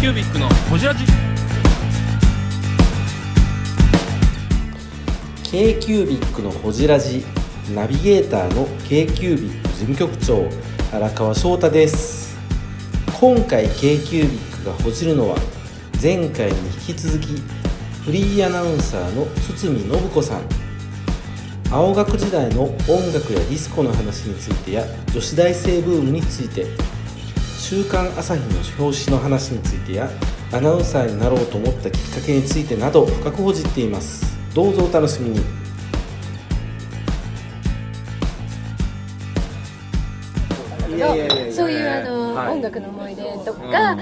キュービックのこじらじ k c ー b i c のほじラジナビゲーターの k c ー b i c 事務局長荒川翔太です今回 k c ー b i c がほじるのは前回に引き続きフリーアナウンサーの堤信子さん青学時代の音楽やディスコの話についてや女子大生ブームについて「週刊朝日」の表紙の話についてやアナウンサーになろうと思ったきっかけについてなど深くほじっていますどうぞお楽しみにそういうあの、音楽の思い出とか、あ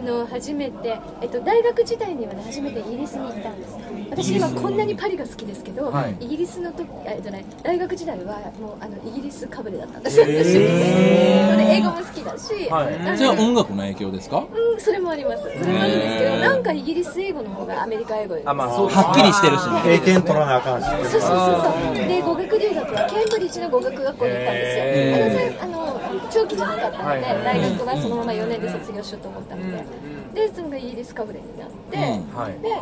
の初めて、えっと、大学時代には、ね、初めてイギリスに行ったんです私今こんなにパリが好きですけど、はいイギリスの時あえっとね大学時代はもうあのイギリスかぶれだったんです、私それ英語も好きだし、あのそれは音楽の影響ですかうん、それもありますそれもあるんですけどなんかイギリス英語の方がアメリカ英語よりもはっきりしてるしね経験取らなあかんし。そうそうそうそうで語学留学はケンブリッジの語学学校に行ったんですよ、あのせあの長期じゃなかったので、大学はそのまま4年で卒業しようと思ったので、でそれがイギリスかぶれになって、うはい、で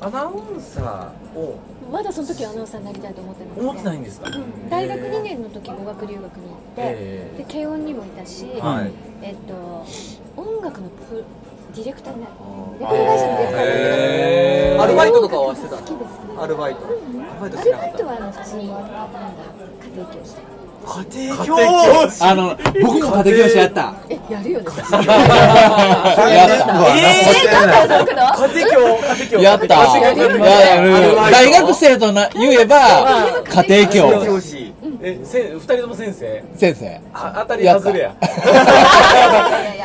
アナウンサーをまだその時はアナウンサーになりたいと思ってなくて思ってないんですか、うん大学2年の時語学留学に行って、えで軽音にもいたし、はいえっと音楽のプロディレクターになるレコード会社のディレクターになるアルバイトとかはしてた好きですねアルバイトアルバイトアしてルなかバイっトはあの普通になんだ家庭教師た家庭教師あの僕も家庭教師 やったえやるよ ね 家大学は族の家庭教家庭教やったやるよねやる大学生とな言えば家庭教教師教師えせん二人とも先生先生あ当たり外れやや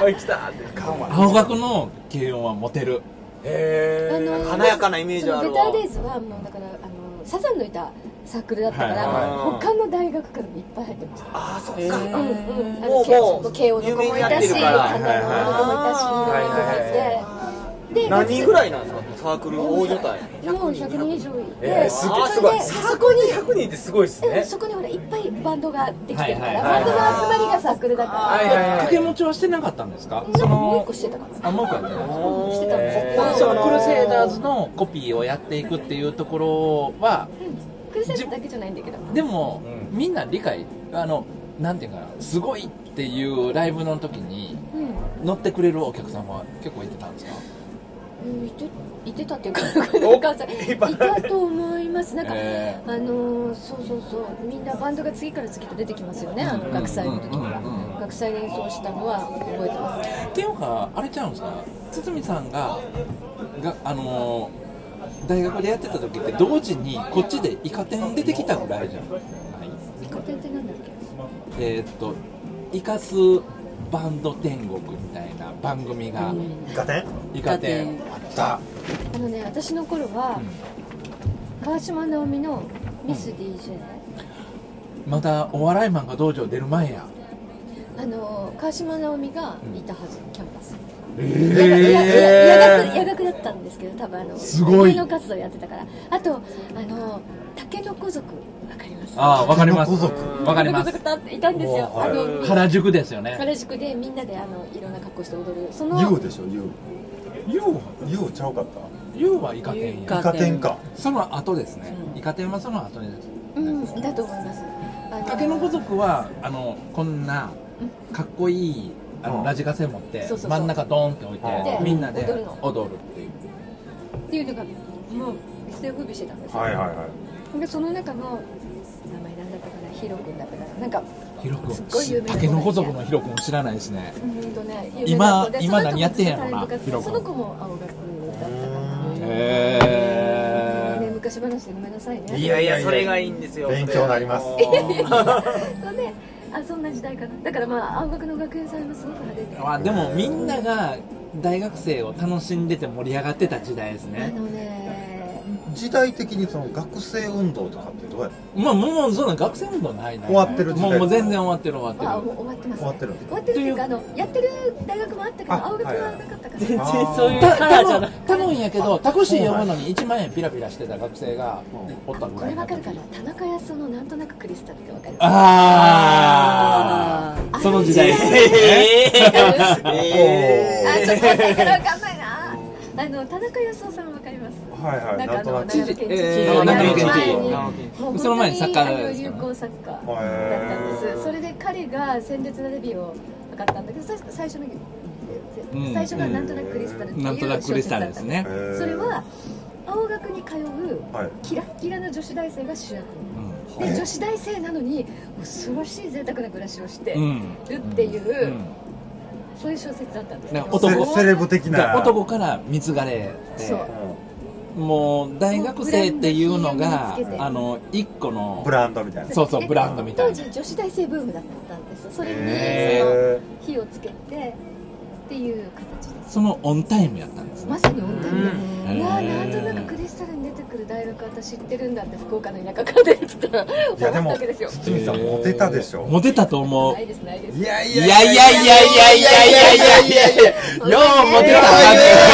おい来たって青学の軽音はモテるへあの華やかなイメージあるわそのベターデイズはもうだからあのサザンのいたサークルだったから、ははいい他の大学からもいっぱい入ってましたああそっかうんうん、あものうもう慶応の子有もいたし、名になって関る西からの子もいたし、はいいろんな子がいて、で何人ぐらいなんですかサークル大所帯もう100人以上いて、えー、すごいすそごれいでそこに100人ってすごいですうんねそこにほらいっぱいバンドができてるかはいら、はいはバンいドの集まりがサークルだから、はいはいはい掛け持ちはしてなかったんですかなんかもう一個してたかな、あもう一個やってないしてたんですそのクルセイダーズののコピーをやっていくっていうところはクルセイダーズだけじゃないんだけど、でも、うみんな理解あのなんていうかなすごいっていうライブの時にうん乗ってくれるお客さんは結構いてたんですかうんいていてたっていうか、なんかさいたと思います、なんか、えあのーそうそうそう、みんなバンドが次から次と出てきますよね、あの学祭の時から、うんうんうんうん学祭で演奏したのは覚えてます。っていうかあれちゃうんですか堤さんががあのー大学でやってた時って同時にこっちでイカ天出てきたぐらいじゃないイカ天ってなんだっけえーっとイカスバンド天国みたいな番組が、ガテンイカ天あったあのね、私の頃は、川島直美のミス DJ、まだお笑いマンが道場出る前やあのー川島直美がいたはず、キャンパス。えいやいやいや夜学夜学だったんですけど多分あのすごい芸能活動やってたからあとあのタケノコ族わかりますああわかります家族わかタケノりコます族と会っていたんですよあの原宿ですよね原宿でみんなであのいろんな格好して踊るその U でしょ U YOU U ちゃうかったユウはイカ天やイカ天かその後ですねイカ天はその後にうんだと思いますあの竹の子族はあのこんなかっこいいあのラジカセ持ってそうそうそう真ん中ドーンって置いてでみんなで踊るの踊るっていうっていうのがもう一世を風靡してたんですよはいはいはいでその中の名前なんだったかなヒロ君だったかななんかヒロすっごい有名君な子竹の子族のヒロ君知らないですねうーんとね有名な今子で今何やってんやろなその子もヒロそ君の子も青学だったかなねへ昔話でごめんなさいねいやいやそれがいいんですよ勉強になりますそうね、あそんな時代かなだからまあ青学の学園祭もすごく派手でえあでもみんなが大学生を楽しんでて盛り上がってた時代ですあねのね時代的にその学生運動とかってどうやっまあもうもうそんな学生運動ないな終わってる時も代うもう全然終わってる終まわあってるもう終わってます、ね、終わってる終わってるっていうかあのやってる大学もあったけどあ青学はなかったから、全然あーそういうたカラーじゃな頼んい頼んやけどタクシー呼ぶのに1万円ピラピラしてた学生がおったぐこられいわかるかな田中康夫のなんとなくクリスタルってわかるあああれその時代ですねえーえあちょっと待ってこれわかんないなあの田中康夫さんわかりますはいはいなんとな長野く県知事えー長野県知事長野県知事長野県知事もう本当にその前にサッカーあのですか有らね効サッカーだったんへですそれで彼が鮮烈なデビューを分かったんだけど最初最初のうん最初がなんとなくクリスタルっていうなんとなくクリスタルです小説ねえ。だったんですそれは青学に通うはいキラッキラの女子大生が主役うで女子大生なのに恐ろしい贅沢な暮らしをしてん。るっていう、うんそういう小説だったんですなんよかセレ男セレブ的な男から貢がれてそうもう大学生っていうのがブランド品を身につけてあの一個のブランドみたいなそうそうでブランドみたいな当時女子大生ブームだったんですそれにへそのー火をつけてっていう形ですそのオンタイムやったんですねまさに本当に、うんいやーなんとなくクリスタルに出てくる大学私知ってるんだって福岡の田舎から出てきたら思っいやでたもわけですよ堤さんモテたでしょモテたと思うないですないですいやいいやいやいやいやいやいやいやいやいやようモテた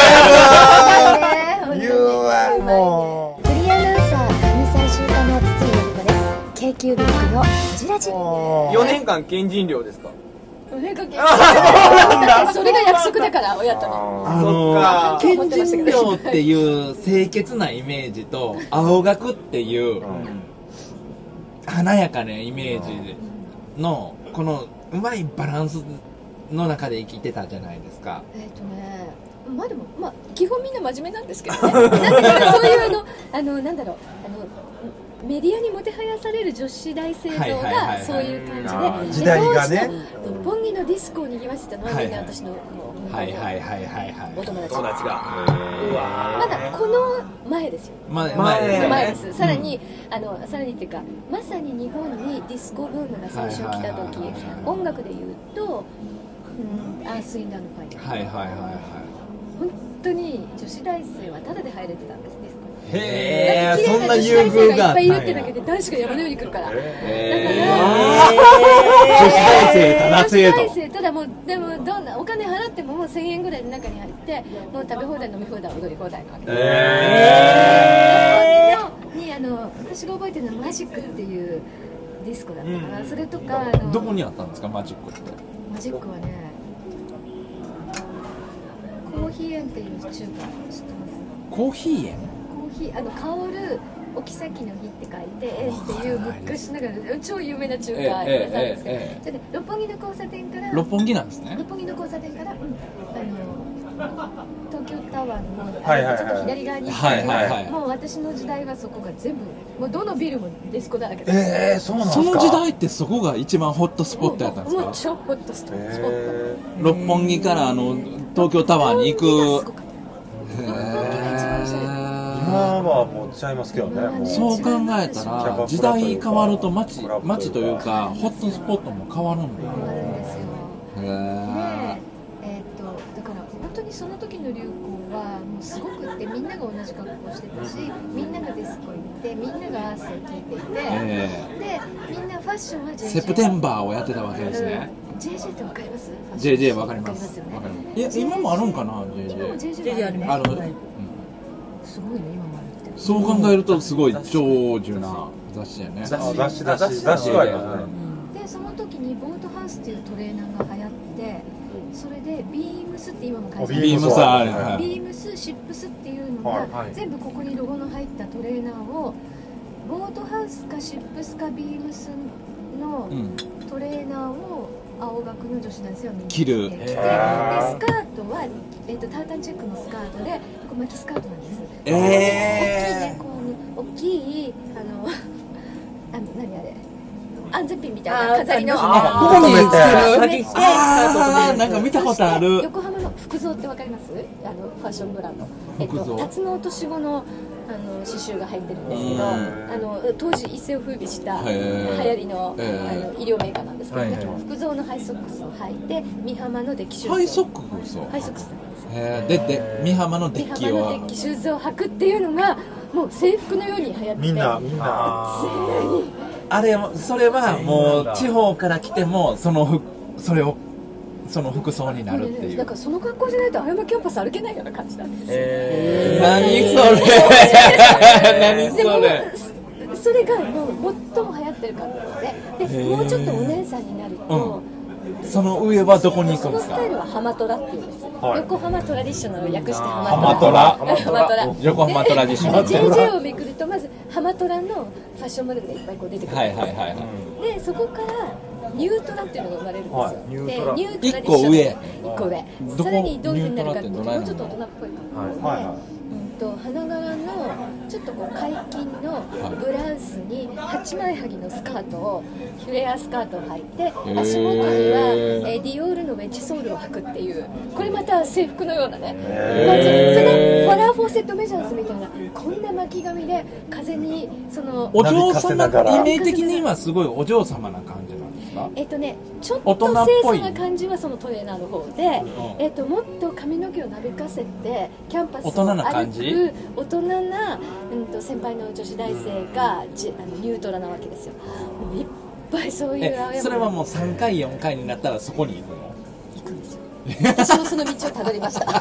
そうだね言うわもフリーアナウンサー神最終課の筒井由美子です k q b ッのホジラジ うもう4年間県人寮ですか胸かけだってそれが約束だから親とのああそっかの賢人寮っていう清潔なイメージと青学っていうーうん華やかなイメージのこのうまいバランスの中で生きてたじゃないですかえっ、とねまあでもまあ基本みんな真面目なんですけどね なんかそういうあのあのなんだろうあのメディアにもてはやされる女子大生像はいはいはいはがいそういう感じで,、あー時代がねで当時の六本木のディスコを賑わせてたのはみんな私のもうはいはいはいはいはいお友達友達がうわまだこの前ですよ前ね前ですさらに、あのさらにっていうかまさに日本にディスコブームが最初来た時はいはいはいはい音楽で言うと、うん、アース・イン・ダーのファイトはいはいはいは本当に女子大生はタダで入れてたんですディスコにいへえ綺そ麗んな女子優大生遇があがいっったぱいいるんやってだけで男子が山のように来るから、女子大生ただ生女子と大生ただもうでもどんなお金払ってももう1000円ぐらいの中に入ってもう食べ放題飲み放題踊り放題なわけですのにあの私が覚えてるのはマジックっていうディスコだったから、それとかあのどこにあったんですかマジックってマジックはねコーヒー園っていう中華知ってますコーヒー園コーヒーあの香る沖崎の日って書いて園っていう昔ながら超有名な中華屋さんですけど、ええええええそれで六本木の交差点から六本木なんですね六本木の交差点から、うんあの東京タワーの方に、はいはいはいちょっと左側に行って、はいはいはいもう私の時代はそこが全部もうどのビルもディスコだらけでえーそうなんですそかの時代ってそこが一番ホットスポもットやったんでうもうすか超ホットスポットスポットえ六本木からあの東京タワーに行く六本木が一番おしゃれだー今はもうちゃいますけどねもうそう考えたら時代変わると街街というかホットスポットも変わるんだあるんですよへでええーっとだから本当にその時の流行はもうすごくってみんなが同じ格好してたしみんながディスコ行ってみんながアースを聴いていて、えでみんなファッションは JJ セプテンバーをやってたわけですねうん JJ ってわかります JJ わかりますわわかかりりまますすいよやね今もあるんかな今も JJ JJ ありあまのすすごいね今もあるってそう考えるとすごい長寿な雑誌やねあ雑誌雑誌雑雑誌誌ははあありりますねでその時にボートハウスっていうトレーナーが流行ってそれでビームスって今も会社おビームさんあるはビいームスシップスっていうのはいがはい全部ここにロゴの入ったトレーナーをボートハウスかシップスかビームスのうんトレーナーを青学の女子大生はみんな着る着てへでスカートは、えっとタータンチェックのスカートでここ巻きスカートなんですええ大きいねこう大きいあの あの何あれ安全ピンみたいな飾りのあここにつけめっるちあーなんか見たことあそしてる横浜の福造ってわかりますあのファッションブランドえっ福造と辰野年後のあの刺繍が入ってるんですけうんどあの当時一世を風靡した流へー行りの,、へーあの医療メーカーなんですけど、はいはい福造のハイソックスを履いて三浜のデッキシューズをハイソックそうハイソックスなんですよへえでで三浜のデ三ッキ浜のをデッキシューズを履くっていうのがもう制服のように流行ってみん なみんなあれそれはもう地方から来てもその服それをその服装になるっていなんうかその格好じゃないと青山キャンパス歩けないような感じなんですよ、何それ で何それもそれがもう最も流行ってる格好ででもうちょっとお姉さんになると、その上はどこに行くそんでのすスかタイルはハマトラっていうんです、はい横浜トラディショナルを略してハハママトトララハマトラ横浜トラディショナル JJ をめくるとまずハマトラのファッションモデルがいっぱいこう出てくる、はいはいはいはいでそこからニュートラっていうのが生まれるんですよ、はいでニュートラニュートラで一個上一個上どこさらにどういうふうになるかっていうとニュートラもってどないうのちょっと大人っぽい感じで、はいはうんと花柄のちょっとこう解禁のブラウスに八枚はぎのスカートをフレアスカートを履いてー足元にはえーディオールのウェッジソールを履くっていうこれまた制服のようなね感じへーそのファラーフォーセットメジャーズみたいなこんな巻き髪で風にそのお嬢様なびかせながらイメージ的にはすごいお嬢様な感じなんですかえっとね、ちょっ大と人っぽい清楚な感じはそのトレーナーの方で、んえっと、もっと髪の毛をなびかせてキャンパスを大人な感歩じく大人な、うん、と先輩の女子大生が、じあのニュートラなわけですよもういっぱいそういう青え山それはもう3回4回になったらそこに行くの行くんですよ私もその道をたどりました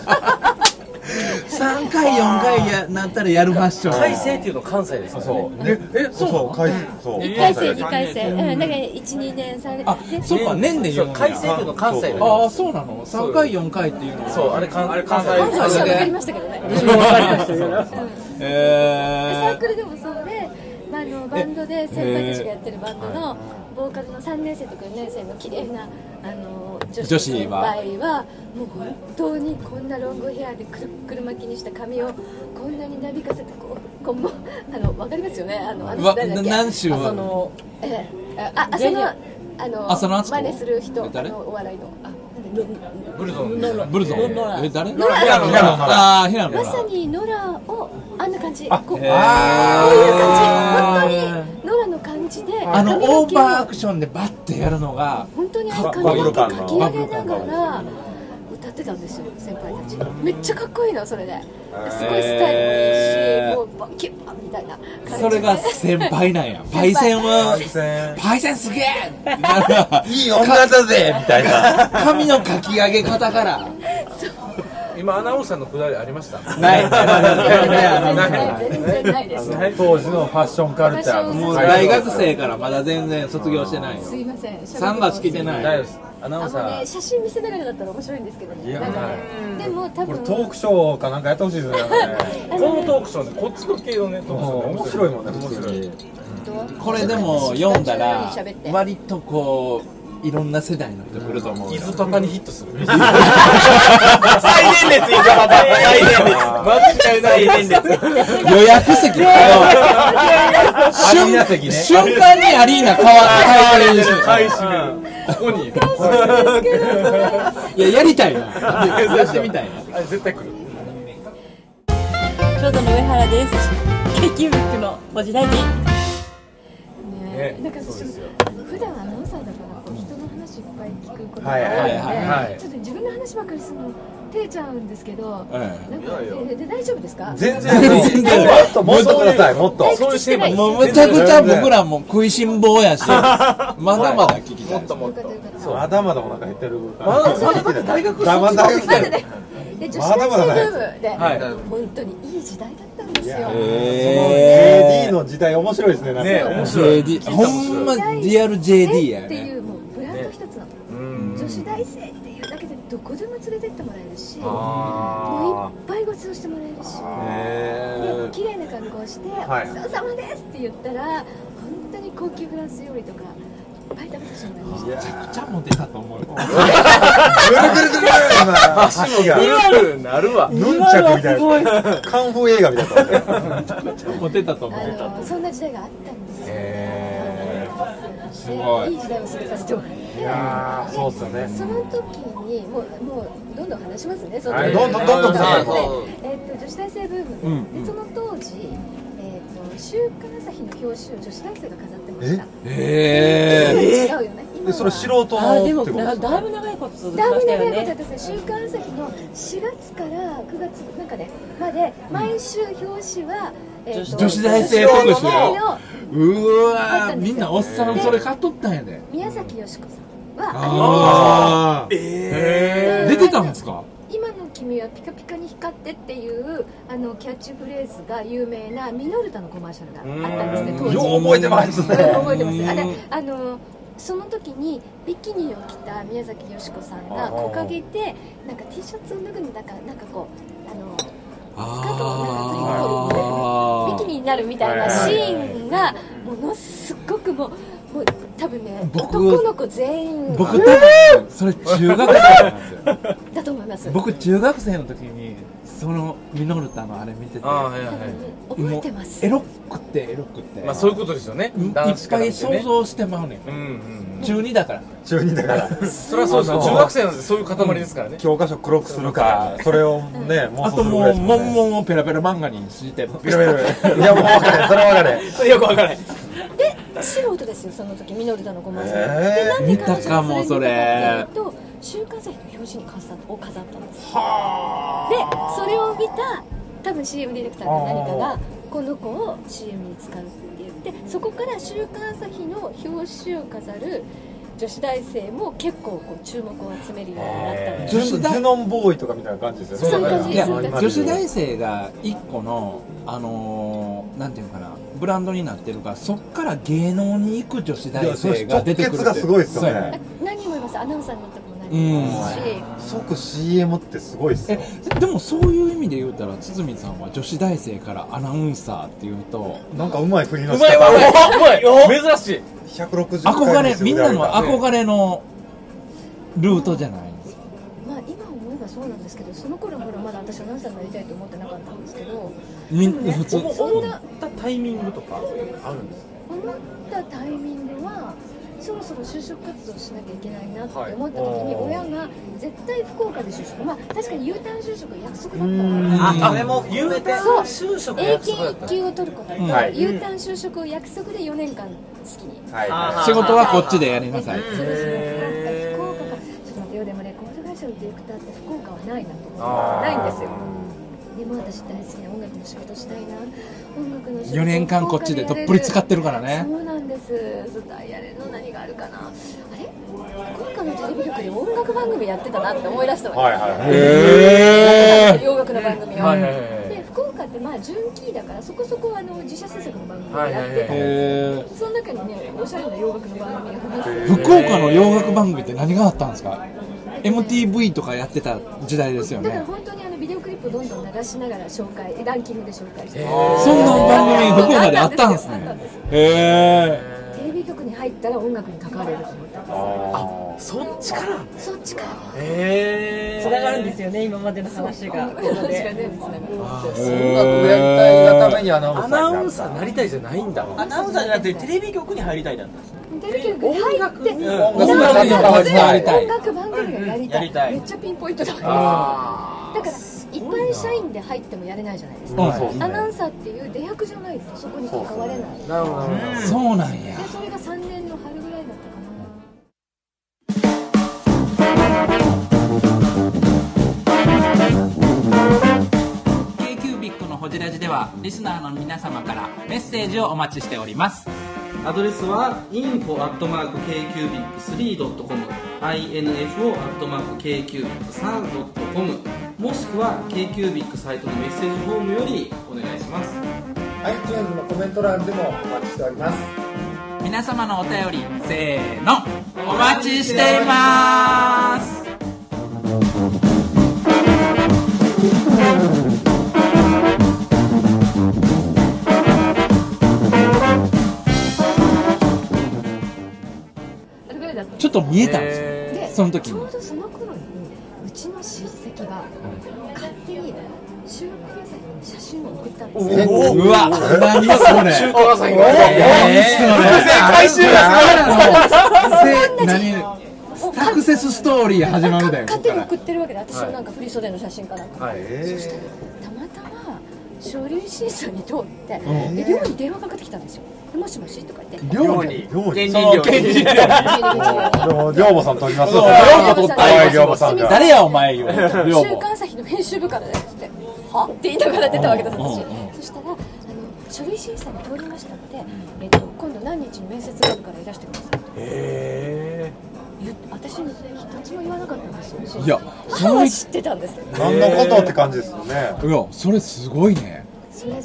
3回4回やなったらやるファッション改正っていうの関西ですからねい。ねえそうそうかいそう。 1回生関西2回生、うん、だから12年3年あでそうか年で言そうのうや改正っていうの関西でああそうなの3回4回っていうのはそうあれ関あれ関西関西そはう分だねかりましたけどねサーえクルでもそうで、まあ、あのバンドで先輩たちがやってるバンドのボーカルの3年生とか4年生の綺麗なあの女子女の子は先輩はもう本当にこんなロングヘアでくるっくる巻きにした髪をこんなになびかせてこうこうもう あのわかりますよねあのあのうわ人誰だっけな何種あそのえあああそのあのあそのあつこ真似する人あ誰のお笑いのあブルゾンーブルゾンえ誰ノラ 平野平野ああ平野まさにノラをあんな感じこうこういうあ感じへー本当にノラの感じであの髪の毛をオーバーアクションでバッてやるのが本当にあの髪の毛かき上げながら歌ってたんですよ先輩たちめっちゃかっこいいのそれですごいスタイルもいいしもうバキュッみたいな感じでそれが先輩なんやパイセンはパイセンすげえってなるわいい女だぜみたいな。髪のかき上げ方から今アナウンサーのくだりありましたない全然ないです当時のファッションカルチャーのもう大学生からまだ全然卒業してないよすいません3月来ていな大丈い夫ですアナウあンサのねー写真見せながらだったら面白いんですけどねなんかねでも多これ分トークショーかなんかやってほしいですね。なんかねこのトークショーでこっちの系のねトークショー面白いもんね。面白い。これでも読んだら喋って割とこういろんな世代の人来ると思うよ伊豆とかにヒットする最年列いたまた最年列間違いない最年列予約席だよアリーナ席瞬ね瞬間にアリーナ変わって変わるここにいややりたいなやってみたいなあれ絶対来るちょうどの上原です。ケーキブックのおじだじ。ねなんか私も普段アナウンサーだからこう人の話いっぱい聞くことがはいは多いいはいのはでちょっと自分の話ばっかりするの照れちゃうんですけどえなんかえで大丈夫ですか全然全然。もっともっとください。もっと。そういうテーマもうむちゃくちゃ僕らも食いしん坊やしまだまだ聞きたよいですかったよかったまだまだお腹減ってる。ま大学だまだ大学まだ生。ね で女子大まだまだ生ブーねムではい本当にいい時代だったんですよいやえ JD の時代面白いですね。なんかね面白い JD ほんまリアル JD やっていねうもうブランド一つなの女子大生っていうだけでどこでも連れてってもらえるしもういっぱいご馳走してもらえるしで綺麗な格好をして「はいおごちそうさまです」って言ったら本当に高級フランス料理とかいっぱい食べさせてもらいましためちゃくちゃモテたと思うよぐるぐるぐるぐる今足がなるわヌンチャクみたいなカンフー映画みたいなモテたと思うあのそんな時代があったんですよ、すごいいい時代を過ごさせてもらってあーそうっすよねその時にもうもうどんどん話しますねそのは時いどんどんどんどんではいえっと女子大生ブームで,、でその当時、えっと「週刊朝日」の表紙を女子大生が飾ってました違えうよね今ではそれ素人あのー、でもってことなだいぶ長いこと続きまだいぶしたよ長いことやっね。てますね週刊朝日の4月から9月なんかねまで毎週表紙は、えーと女子大生特集女子のうわーみんなおっさんそれ買っとったんやで宮崎美子さんはああえ出てたんですか今の君はピカピカに光ってっていうあのキャッチフレーズが有名なミノルタのコマーシャルがあったんですね当時よう覚えてますね覚えてますあれあのその時にビキニを着た宮崎美子さんが掲げてなんか T シャツを脱ぐのだからなんかこうあのスカートをなんかずり取るみたいなビキニになるみたいなシーンがものすごくもうもう多分ね僕男の子全員僕多分それ中学生なんですよだと思います僕中学生の時にそのミノルタのあれ見ててああはいはい多分ね覚えてますエロくてエロくて、まあそういうことですよねいっ男子かぱらい見て想ね像してまうねん、うんうん中二だから中二だからそれはそうですよ中学生なんでそういう塊ですからね教科書黒くするかそれをね妄あ想とするぐもらいうしかモンねモンをペラペラ漫画にしてビロビロビロいやもう分かるそれは分かるよくわからない素人ですよその時ミノルタのごまさん、えーでなんで彼女が見たかもそれ見たかっていうと週刊誌の表紙に飾ったを飾ったんですよでそれを見た多分 CM ディレクターか何かがこの子を CM に使うって言ってそこから週刊朝日の表紙を飾る女子大生も結構こう注目を集めるようになったんですジへュージュノンボーイとかみたいな感じですそよねういう感じいやそういう感女子大生が一個のあのー、なんていうのかなブランドになってるからそっから芸能に行く女子大生が出てくるっていやそれ直結がすごいっすよねそうやね何も言いますアナウンサーになったこともないですし、即 CM ってすごいっすえよでもそういう意味で言うたら堤さんは女子大生からアナウンサーっていうとなんかうまい振りのう仕まいうま方をいうまい珍しい160回憧れみんなのあ憧れのルートじゃないんですかまあ今思えばそうなんですけどその頃ほらまだ私アナウンサーになりたいと思ってなかったんですけどみん普通思思ったタイミングとかあるんですか思ったタイミングはそろそろ就職活動しなきゃいけないなってはい思った時に親が絶対福岡で就職まあ確かに U ターン就職は約束だったからあ、でも言うてそう就職永約束だ久っ一た級を取ることと、うんはい U ターン就職を約束で4年間好きにはいあ仕事はこっちでやりなさいそうですねへー福岡かちょっと待ってよでもレコード会社のディレクターって福岡はないなと思ってあーないんですよでも私大好きな音楽の仕事したいな音楽の仕事4年間こっちでどっぷり使ってるからねそうなんですダイヤレの何があるかなあれ福岡のテレビ局で音楽番組やってたなって思い出したわけはいですよはい へ洋楽の番組を、はいはいはいはいで福岡ってまあ純キーだからそこそこあの自社制作の番組をはいやはっいてはて、いえその中にねおしゃれな洋楽の番組が含まれてて福岡の洋楽番組って何があったんですか MTV とかやってた時代ですよだからね本当にあのビデオクリップをどんどん流しながら紹介ランキングで紹介してそんな番組福岡であったんですあったねんですへえテレビ局に入ったら音楽に関われると思ってますそっちからそっちからええつながるんですよね、今までの話が。ここ私が全で部つながる音楽をやりたいがためにアナウンアサーになナったウンサーなりたいじゃないんだアナウンサーじゃなくてテレビ局に入りたいだったんですテレビ局に入って音楽に関わりたい音楽番組がやりたい,、うんやりたいめっちゃピンポイントだからだから一般社員で入ってもやれないじゃないですか、うんそうですねアナウンサーっていう出役じゃないとそこに関われないなるほどなるほそうなんやでそれが3年の春ぐらいだったかなよ KQBIC のホジラジではリスナーの皆様からメッセージをお待ちしておりますアドレスは info.kcubic3.com info.kcubic3.com もしくは KQBIC サイトのメッセージフォームよりお願いしますはい iTunes のコメント欄でもお待ちしております皆様のお便りせーのお待ちしていますあれぐらいだったちょっと見えたんですよでその時ちにょうどその頃にうちの親戚が勝手に収録野菜の写真を送ったんですようわ何それど中華朝日が回収が同じ何サクセスストーリー始まるだよ勝手に送ってるわけで私のなんか振り袖の写真かなんか、そしたらたまたま書類審査に通って、で寮に電話かかってきたんですよでもしもしとか言 って 寮に寮にその現実寮母さん取りますよはい寮母さんじゃ誰やお前よ寮週母刊朝日の編集部からだよって言ってはって言いながら出たわけです私そしたらあの書類審査に通りましたので、えっと、今度何日に面接があるからいらしてくださいと言って私に一つも言わなかったんですよいや母は知ってたんです何のことって感じですよねいやそれすごいねそれで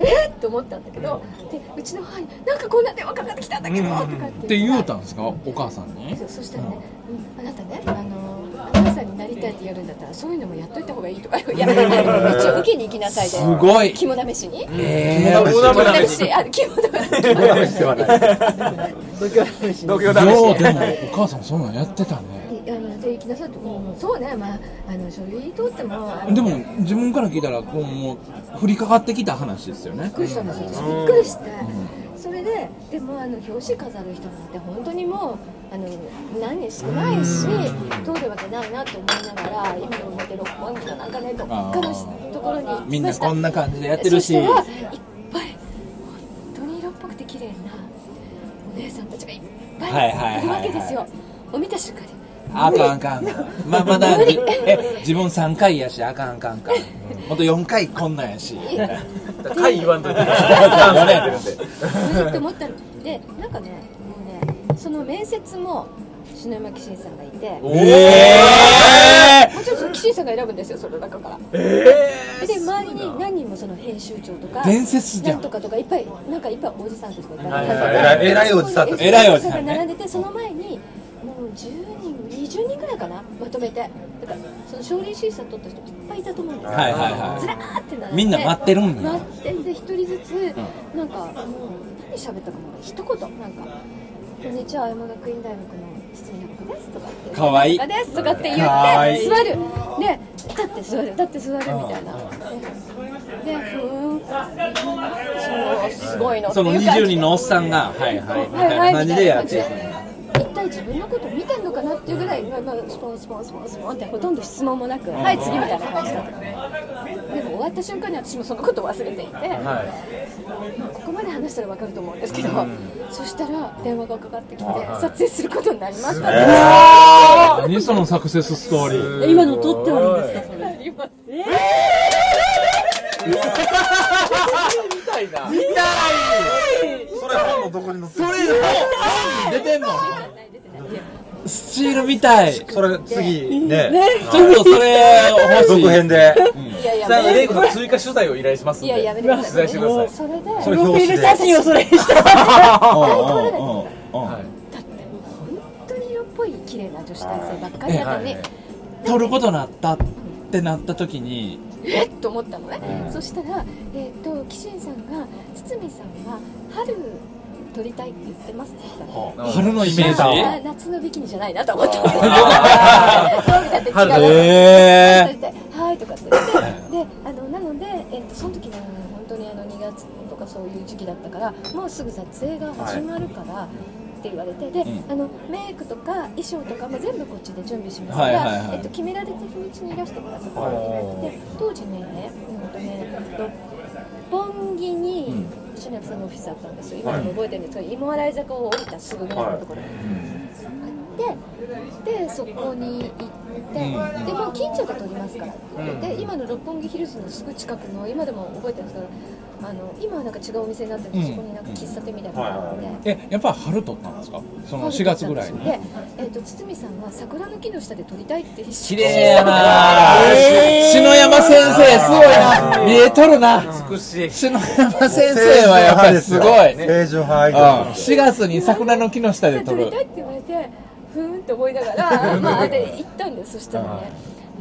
えっと思ったんだけどでうちの母に「なんかこんな電話かかってきたんだけど」とかって言って言うたんですかお母さんにそうそしたらね、うん、あなたね、あのアナウンサーになりたいってやるんだったら、そういうのもやっといた方がいいとか、いや、 一応受けに行きなさいで、すごい肝試しに、えー肝試し、あの肝試し、ダメしてはない。度胸試しそうでもお母さんそんなんやってたねあので行きなさいって、うんそうね、まあ、あの書類取っても、あのでも自分から聞いたらこうもう降りかかってきた話ですよねびっくりしたんですよ私びっくりして、それででもあの表紙飾る人なんて本当にもうあの何人少ないし、通るわけないなと思いながら今思って六本木のなんかねどっかのしあところに行きましたみんなこんな感じでやってるしそしたらいっぱい本当に色っぽくて綺麗なお姉さんたちがいっぱいはいはいはいはいいるわけですよ、を見た瞬間にあかんあかんあかんまあまだ無理え自分3回やしあかんあかんあかんほんと4回こんなんやし回言わんといて えって思ったのでなんかねもうねその面接も篠山紀信さんがいておえもちろんその岸井さんが選ぶんですよその中からで周りに何人もその編集長とか伝説じゃなんんとかとかいっぱいなんかいっぱいおじさんとかいっぱい偉い偉いおじさんたち偉いおじさんねが並んでてその前にもう10人20人ぐらいかなまとめてだからその奨励審査取った人いっぱいいたと思うんですよはいはいはずらーって並んでみんな待ってるんや待ってんで一人ずつ、なんかもう何喋ったかも一言なんか「こんにちは青山学院大学の堤奈子です」とかって「かわいい奈子です」とかって言ってかわいい座るで立って座る立って座るみたいなでふーんそうすごいのいそのっていう感じ20で人のおっさんがはいははいみいたはいいな感じでやっていく一体自分のこと見てんのかなっていうぐらい、まあまあ、スポンスポンスポンスポンってほとんど質問もなく、はい、次みたいな感じだったのねでも終わった瞬間に私もそのことを忘れていて、まあここまで話したら分かると思うんですけど、そしたら電話がかかってきて、撮影することになりましたね。何そのサクセスストーリー今の撮ってあるんですかそれそれ本のどこに載ってる出てんのスチールみた いそれ次ね、ちょっとそれ欲しい続編で、いやいや、さあめレイコさん追加取材を依頼しますんいでややめてください、取材してくださそれでそれプロフ表紙ィールで写。真をそれにしたうんうんうんうん本当に色っぽい綺麗な女子大生ばっかりなのに、撮ることなったってなった時にえっ と思ったのね、そしたら、えー、と岸井さんが「堤さんは春撮りたいって言ってます」って言ったの。春のイメージあー夏のビキニじゃないなと思った。どう見 たって違うな。へと言ってはいとかって言って、で、あのなので、えっとその時の本当にあの2月とかそういう時期だったから、もうすぐ撮影が始まるから。って言われてで、あのメイクとか衣装とかも全部こっちで準備しますから、はいはいはいえっと決められてるうちにいらしてください。で当時ね、うんとね、六本木に篠山さんのオフィスあったんですよ。今でも覚えてるんですけど、芋洗坂を降りたすぐぐらいのところに。ででそこに行って、でもう近所で撮りますからって言って、今の六本木ヒルズのすぐ近くの今でも覚えてるんですけどあの今はなんか違うお店になってるんで、うんそこになんか喫茶店みたいなのがあって。えやっぱ春撮ったんですかその4月ぐらいにで、えっと堤さんは桜の木の下で撮りたいって必死綺麗やな篠山先生すごいな見えとるな美しい篠山先生はやっぱりすごい正常派アイドルです4月に桜の木の下で撮撮りるたいって言われてふーんって思いなが らまあで行ったんですそしたらね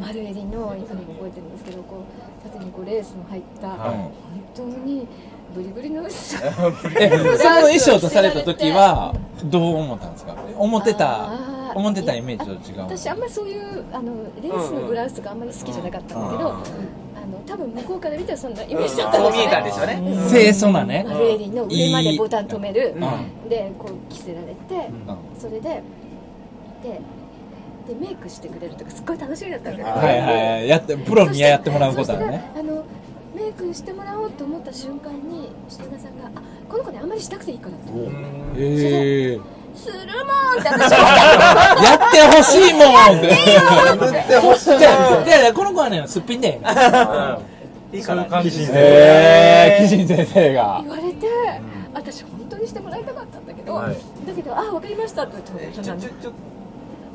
丸襟の今でも覚えてるんですけどこう縦にこうレースの入った、本当にブリブリの えそ の衣装とされた時はどう思ったんですか思ってたあー思ってたイメージと違う私あんまりそういうあのレースのブラウスとかあんまり好きじゃなかったんだけど、あの多分向こうから見たらそんなイメージだったんそうです見えたんでねしょうね清楚なね丸襟の上までボタン止めるうでこう着せられて、それでででメイクしてくれるとかすっごい楽しみだったんだけど、はいはいはいやってプロにやってもらうことはねそしてあのメイクしてもらおうと思った瞬間に下田さんが「あこの子ねあんまりしたくていいから」とええ「するもん!」って私はやってほしいもん塗ってほしい。じゃあじゃあこの子はねすっぴんでいいから岸先生。ええ岸先生が言われて私本当にしてもらいたかったんだけど、だけど「あわかりました」って言ってちょちょちょ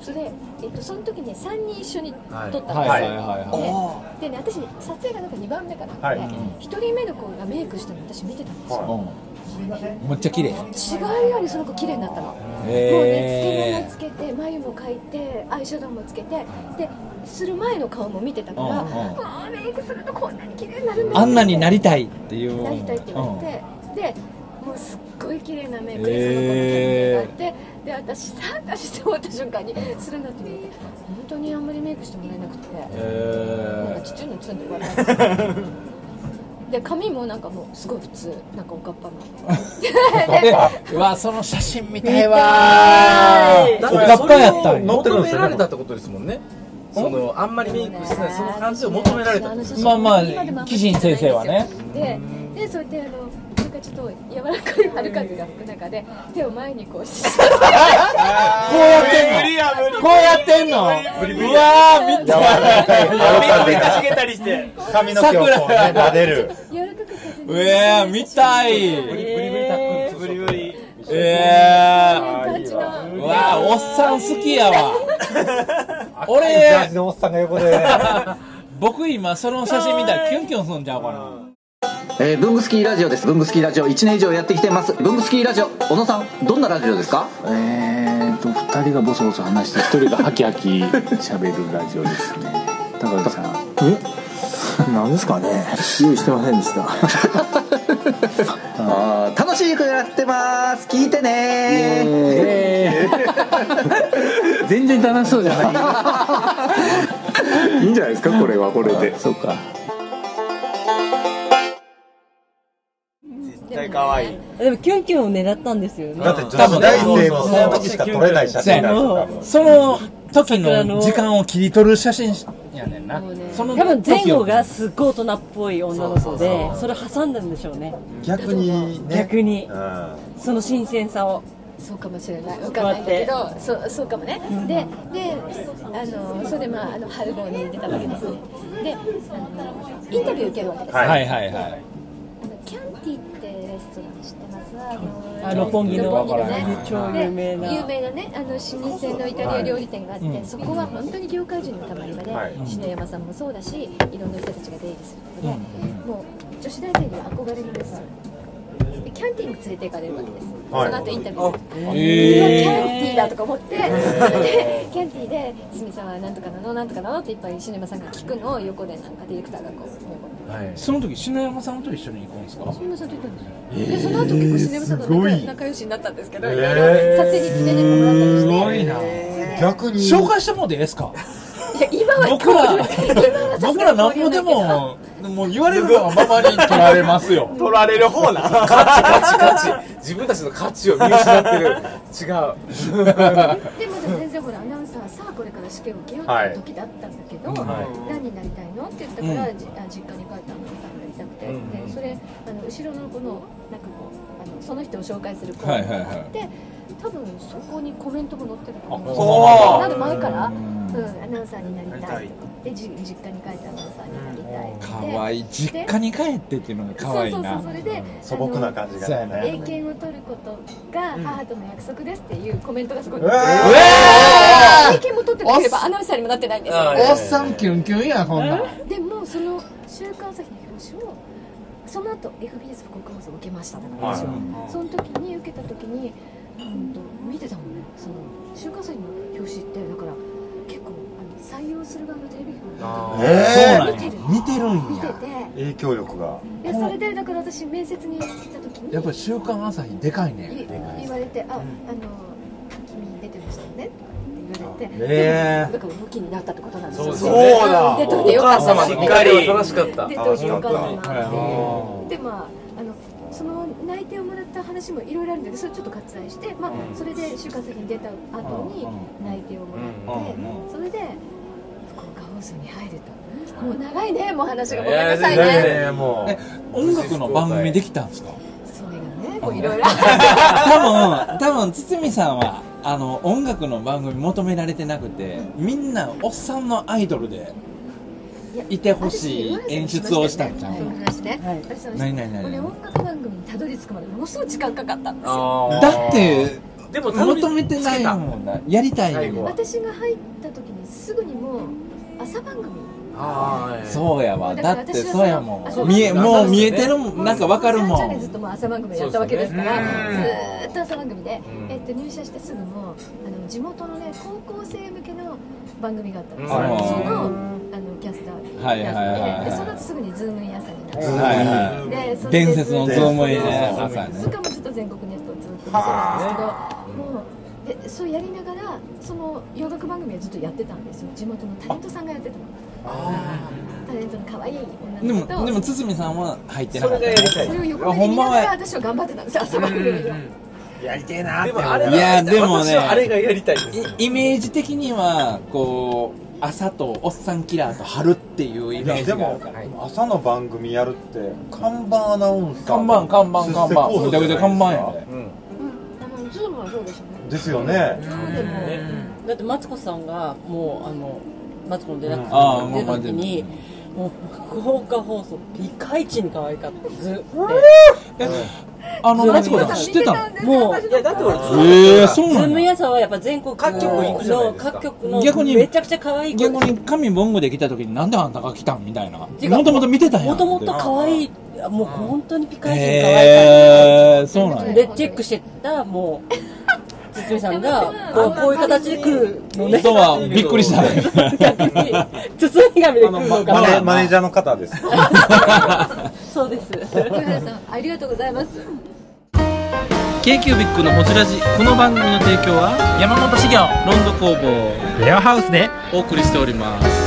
それ、えっと、その時ね3人一緒に撮ったんですよ、はいはいはいはいででね私撮影がなんか2番目かなんかはで、い一1人目の子がメイクしてるの私見てたんですよ、うんめっちゃ綺麗違うようにその子綺麗になったの、へーもうねつけ根もつけて眉も描いてアイシャドウもつけてでする前の顔も見てたから、うんうんああメイクするとこんなに綺麗になるんだあんなになりたいっていうなりたいって言われて、でもうすっごい綺麗なメイクでその子の先生があって、で私参加して終わった瞬間にするんだって言われて本当にあんまりメイクしてもらえなくて、なんかちっちゃいのつんで終わらなか ったで髪もなんかもうすごい普通なんかおかっぱの うわその写真見たいわーおかっぱやったんや乗ってるんで求めすよねられたってことですもんねそのあんまりメイクしてないその感じを求められたまあまあ紀信先生はねででそれであのなんかちょっと柔らかい春風が吹く中で手を前にこう してこうやってんのこうやってんのうわー見柔らかい春風がたりして髪の毛をこうね撫でる柔らかく風にうえー見たいブリブリえー感じのうわーおっさん好きやわジャー俺ジのおっさんが横でね僕今その写真見たらキュンキュンすんちゃうかなえー、ブングスキーラジオですブングスキーラジオ1年以上やってきてますブングスキーラジオ小野さんどんなラジオですかえーと2人がボソボソ話して1人がハキハキ喋るラジオですね高木さんえなんですかね用意してませんで したあー楽しい曲やってます聞いてね 全然楽しそうじゃ ないいいんじゃないですかこれはこれでそうか絶対可愛いでもキュンキュンを狙ったんですよねだって女子大生もその時しか撮れない写真なんですそよ多分の時の時間を切り取る写真やねんなその多分前後がすっごい大人っぽい女の子でそれ挟んだんでしょうね逆にね逆にうんその新鮮さをそうかもしれないわかんないんだけどそうそうかもねでであのそれでまああの春号に出たわけですねであのインタビュー受けるわけです、ははいはいはいあのキャンティってレストラン知ってますあのあ六本木の六本木わねからんで超有名な有名なねあの老舗のイタリア料理店があって、そこは本当に業界人のたまり場で、はい篠山さんもそうだしいろんな人たちが出入りするところで、もう女子大生には憧れるんですよでキャンティに連れて行かれるわけです、はいその後インタビューするキャンティえーだとか思って、でキャンティーで「鷲見さんはなんとかなのなんとかなの?」っていっぱい篠山さんが聞くのを横でなんかディレクターがこうー、その時篠山さんと一緒に行くんですか篠山さんと行ったんですよでその後結構篠山さんとすご仲い仲良しになったんですけど、えーいろいろ撮影に連れてってもらったりして逆に紹介してもらっていいですかいや今は僕ら今はさす僕がらになんぼでももう言われるがままに取られますよ取られる方な価値価値価値自分たちの価値を見失ってる違うでも全然ほらアナウンサーさあこれから試験を受けようって時だったんだけど、何になりたいのって言ったから、じあ実家に帰ったアナウンサーになりたくて、でそれあの後ろの子のなんかこうあのその人を紹介する子があって、はいはいは多分そこにコメントも載ってると思うそうなので前から、うん、アナウンサーになりたいとかでじ実家に帰ってアナウンサーになりたいってかわいい実家に帰ってっていうのがかわいいそうそなうそうそれで素朴な感じがそうねや英検を取ることが母との約束ですっていうコメントがすごい。うわうわ英検も取ってなければアナウンサーにもなってないんですよ。ーおっさんキュンキュンやこんなんでもその週刊朝日の表紙をその後 FBS 福岡放送を受けましただから私は、その時に受けた時に、うん、と見てたもんねその週刊朝日の表紙ってだから結構あの採用する側のテレビ局えがーそうなんや見てるん見てやて影響力がでそれでだから私面接に行った時にやっぱ「週刊朝日」でかいねい言われて「あ、あの君出てましたよね」とかって言われて、えだから向きになったってことなんですよそうそうだ出といてよかったなし出っかり正しかったといてよかったなっていうでまああのその内定をもらった話もいろいろあるんだけどそれちょっと割愛して、まあ、それで就活先に出た後に内定をもらってそれで福岡放送に入れたもう長いねもう話がごめんなさいいやいやいねえーもう音楽の番組できたんですかそれがねこういろいろ多分多分堤さんはあの音楽の番組求められてなくてみんなおっさんのアイドルでいてほしい演出をしたんちゃうそうですねはい私そうです何々何々これ音楽番組にたどり着くまでものすごい時間かかったんですよあだってでも求めてないもんなやりたいもん私が入った時にすぐにもう朝番組ああそうやわだってそうやもだから私はそのん見え朝もう見えてるもんなんかわかるも30年んずっともう朝番組やったわけですからそうですねずーっと朝番組で、えっと、入社してすぐもあの地元のね高校生向けの番組があったんですよ、はいそのあのキャスターになって、はいはいはいはいでその後すぐにズームイン朝になって、はいはいでそれで伝説のズームイそうそンねうそう朝ねそれからもずっと全国ネットをずっと見てたんですけどもうでそうやりながらその洋楽番組をずっとやってたんですよ地元のタレントさんがやってたのタレントの可愛いで女の子ともでも堤さんは入ってなかったねそれを横あ目でほん見まながらは私は頑張ってたんですよ朝番組をやりてえなででももああれれはいやでもね私はあれがやりたいですイメージ的にはこう朝とおっさんキラーと春っていうイメージでがあもるから朝の番組やるって看板アナウンサー看板看板看板めちゃくちゃ看板やであのズームはそうでしょうねですよねだってマツコさんがもうあのマツコの出たうんああ出た時にもう福岡放送ピカイチに可愛かったずっとあのマツコさん知ってたのもういやだって俺ええそうなズーのムイン朝はやっぱ全国の各局行くじゃないですか各局の逆にめちゃくちゃ可愛い子逆に神ボンゴで来た時になんであんたが来たんみたいなもてかともと見てたんやもんともと可愛いもう本当にピカイチに可愛へえそうかなっんたやでチェックしてたもう 堤さんがこうこういう形で来るの ね人はびっくりした包み紙で来るのマネかマネージャーの方ですそうです上原さんありがとうございます k q b i c のホジラジこの番組の提供は山本資源ロンド工房レアハウスでお送りしております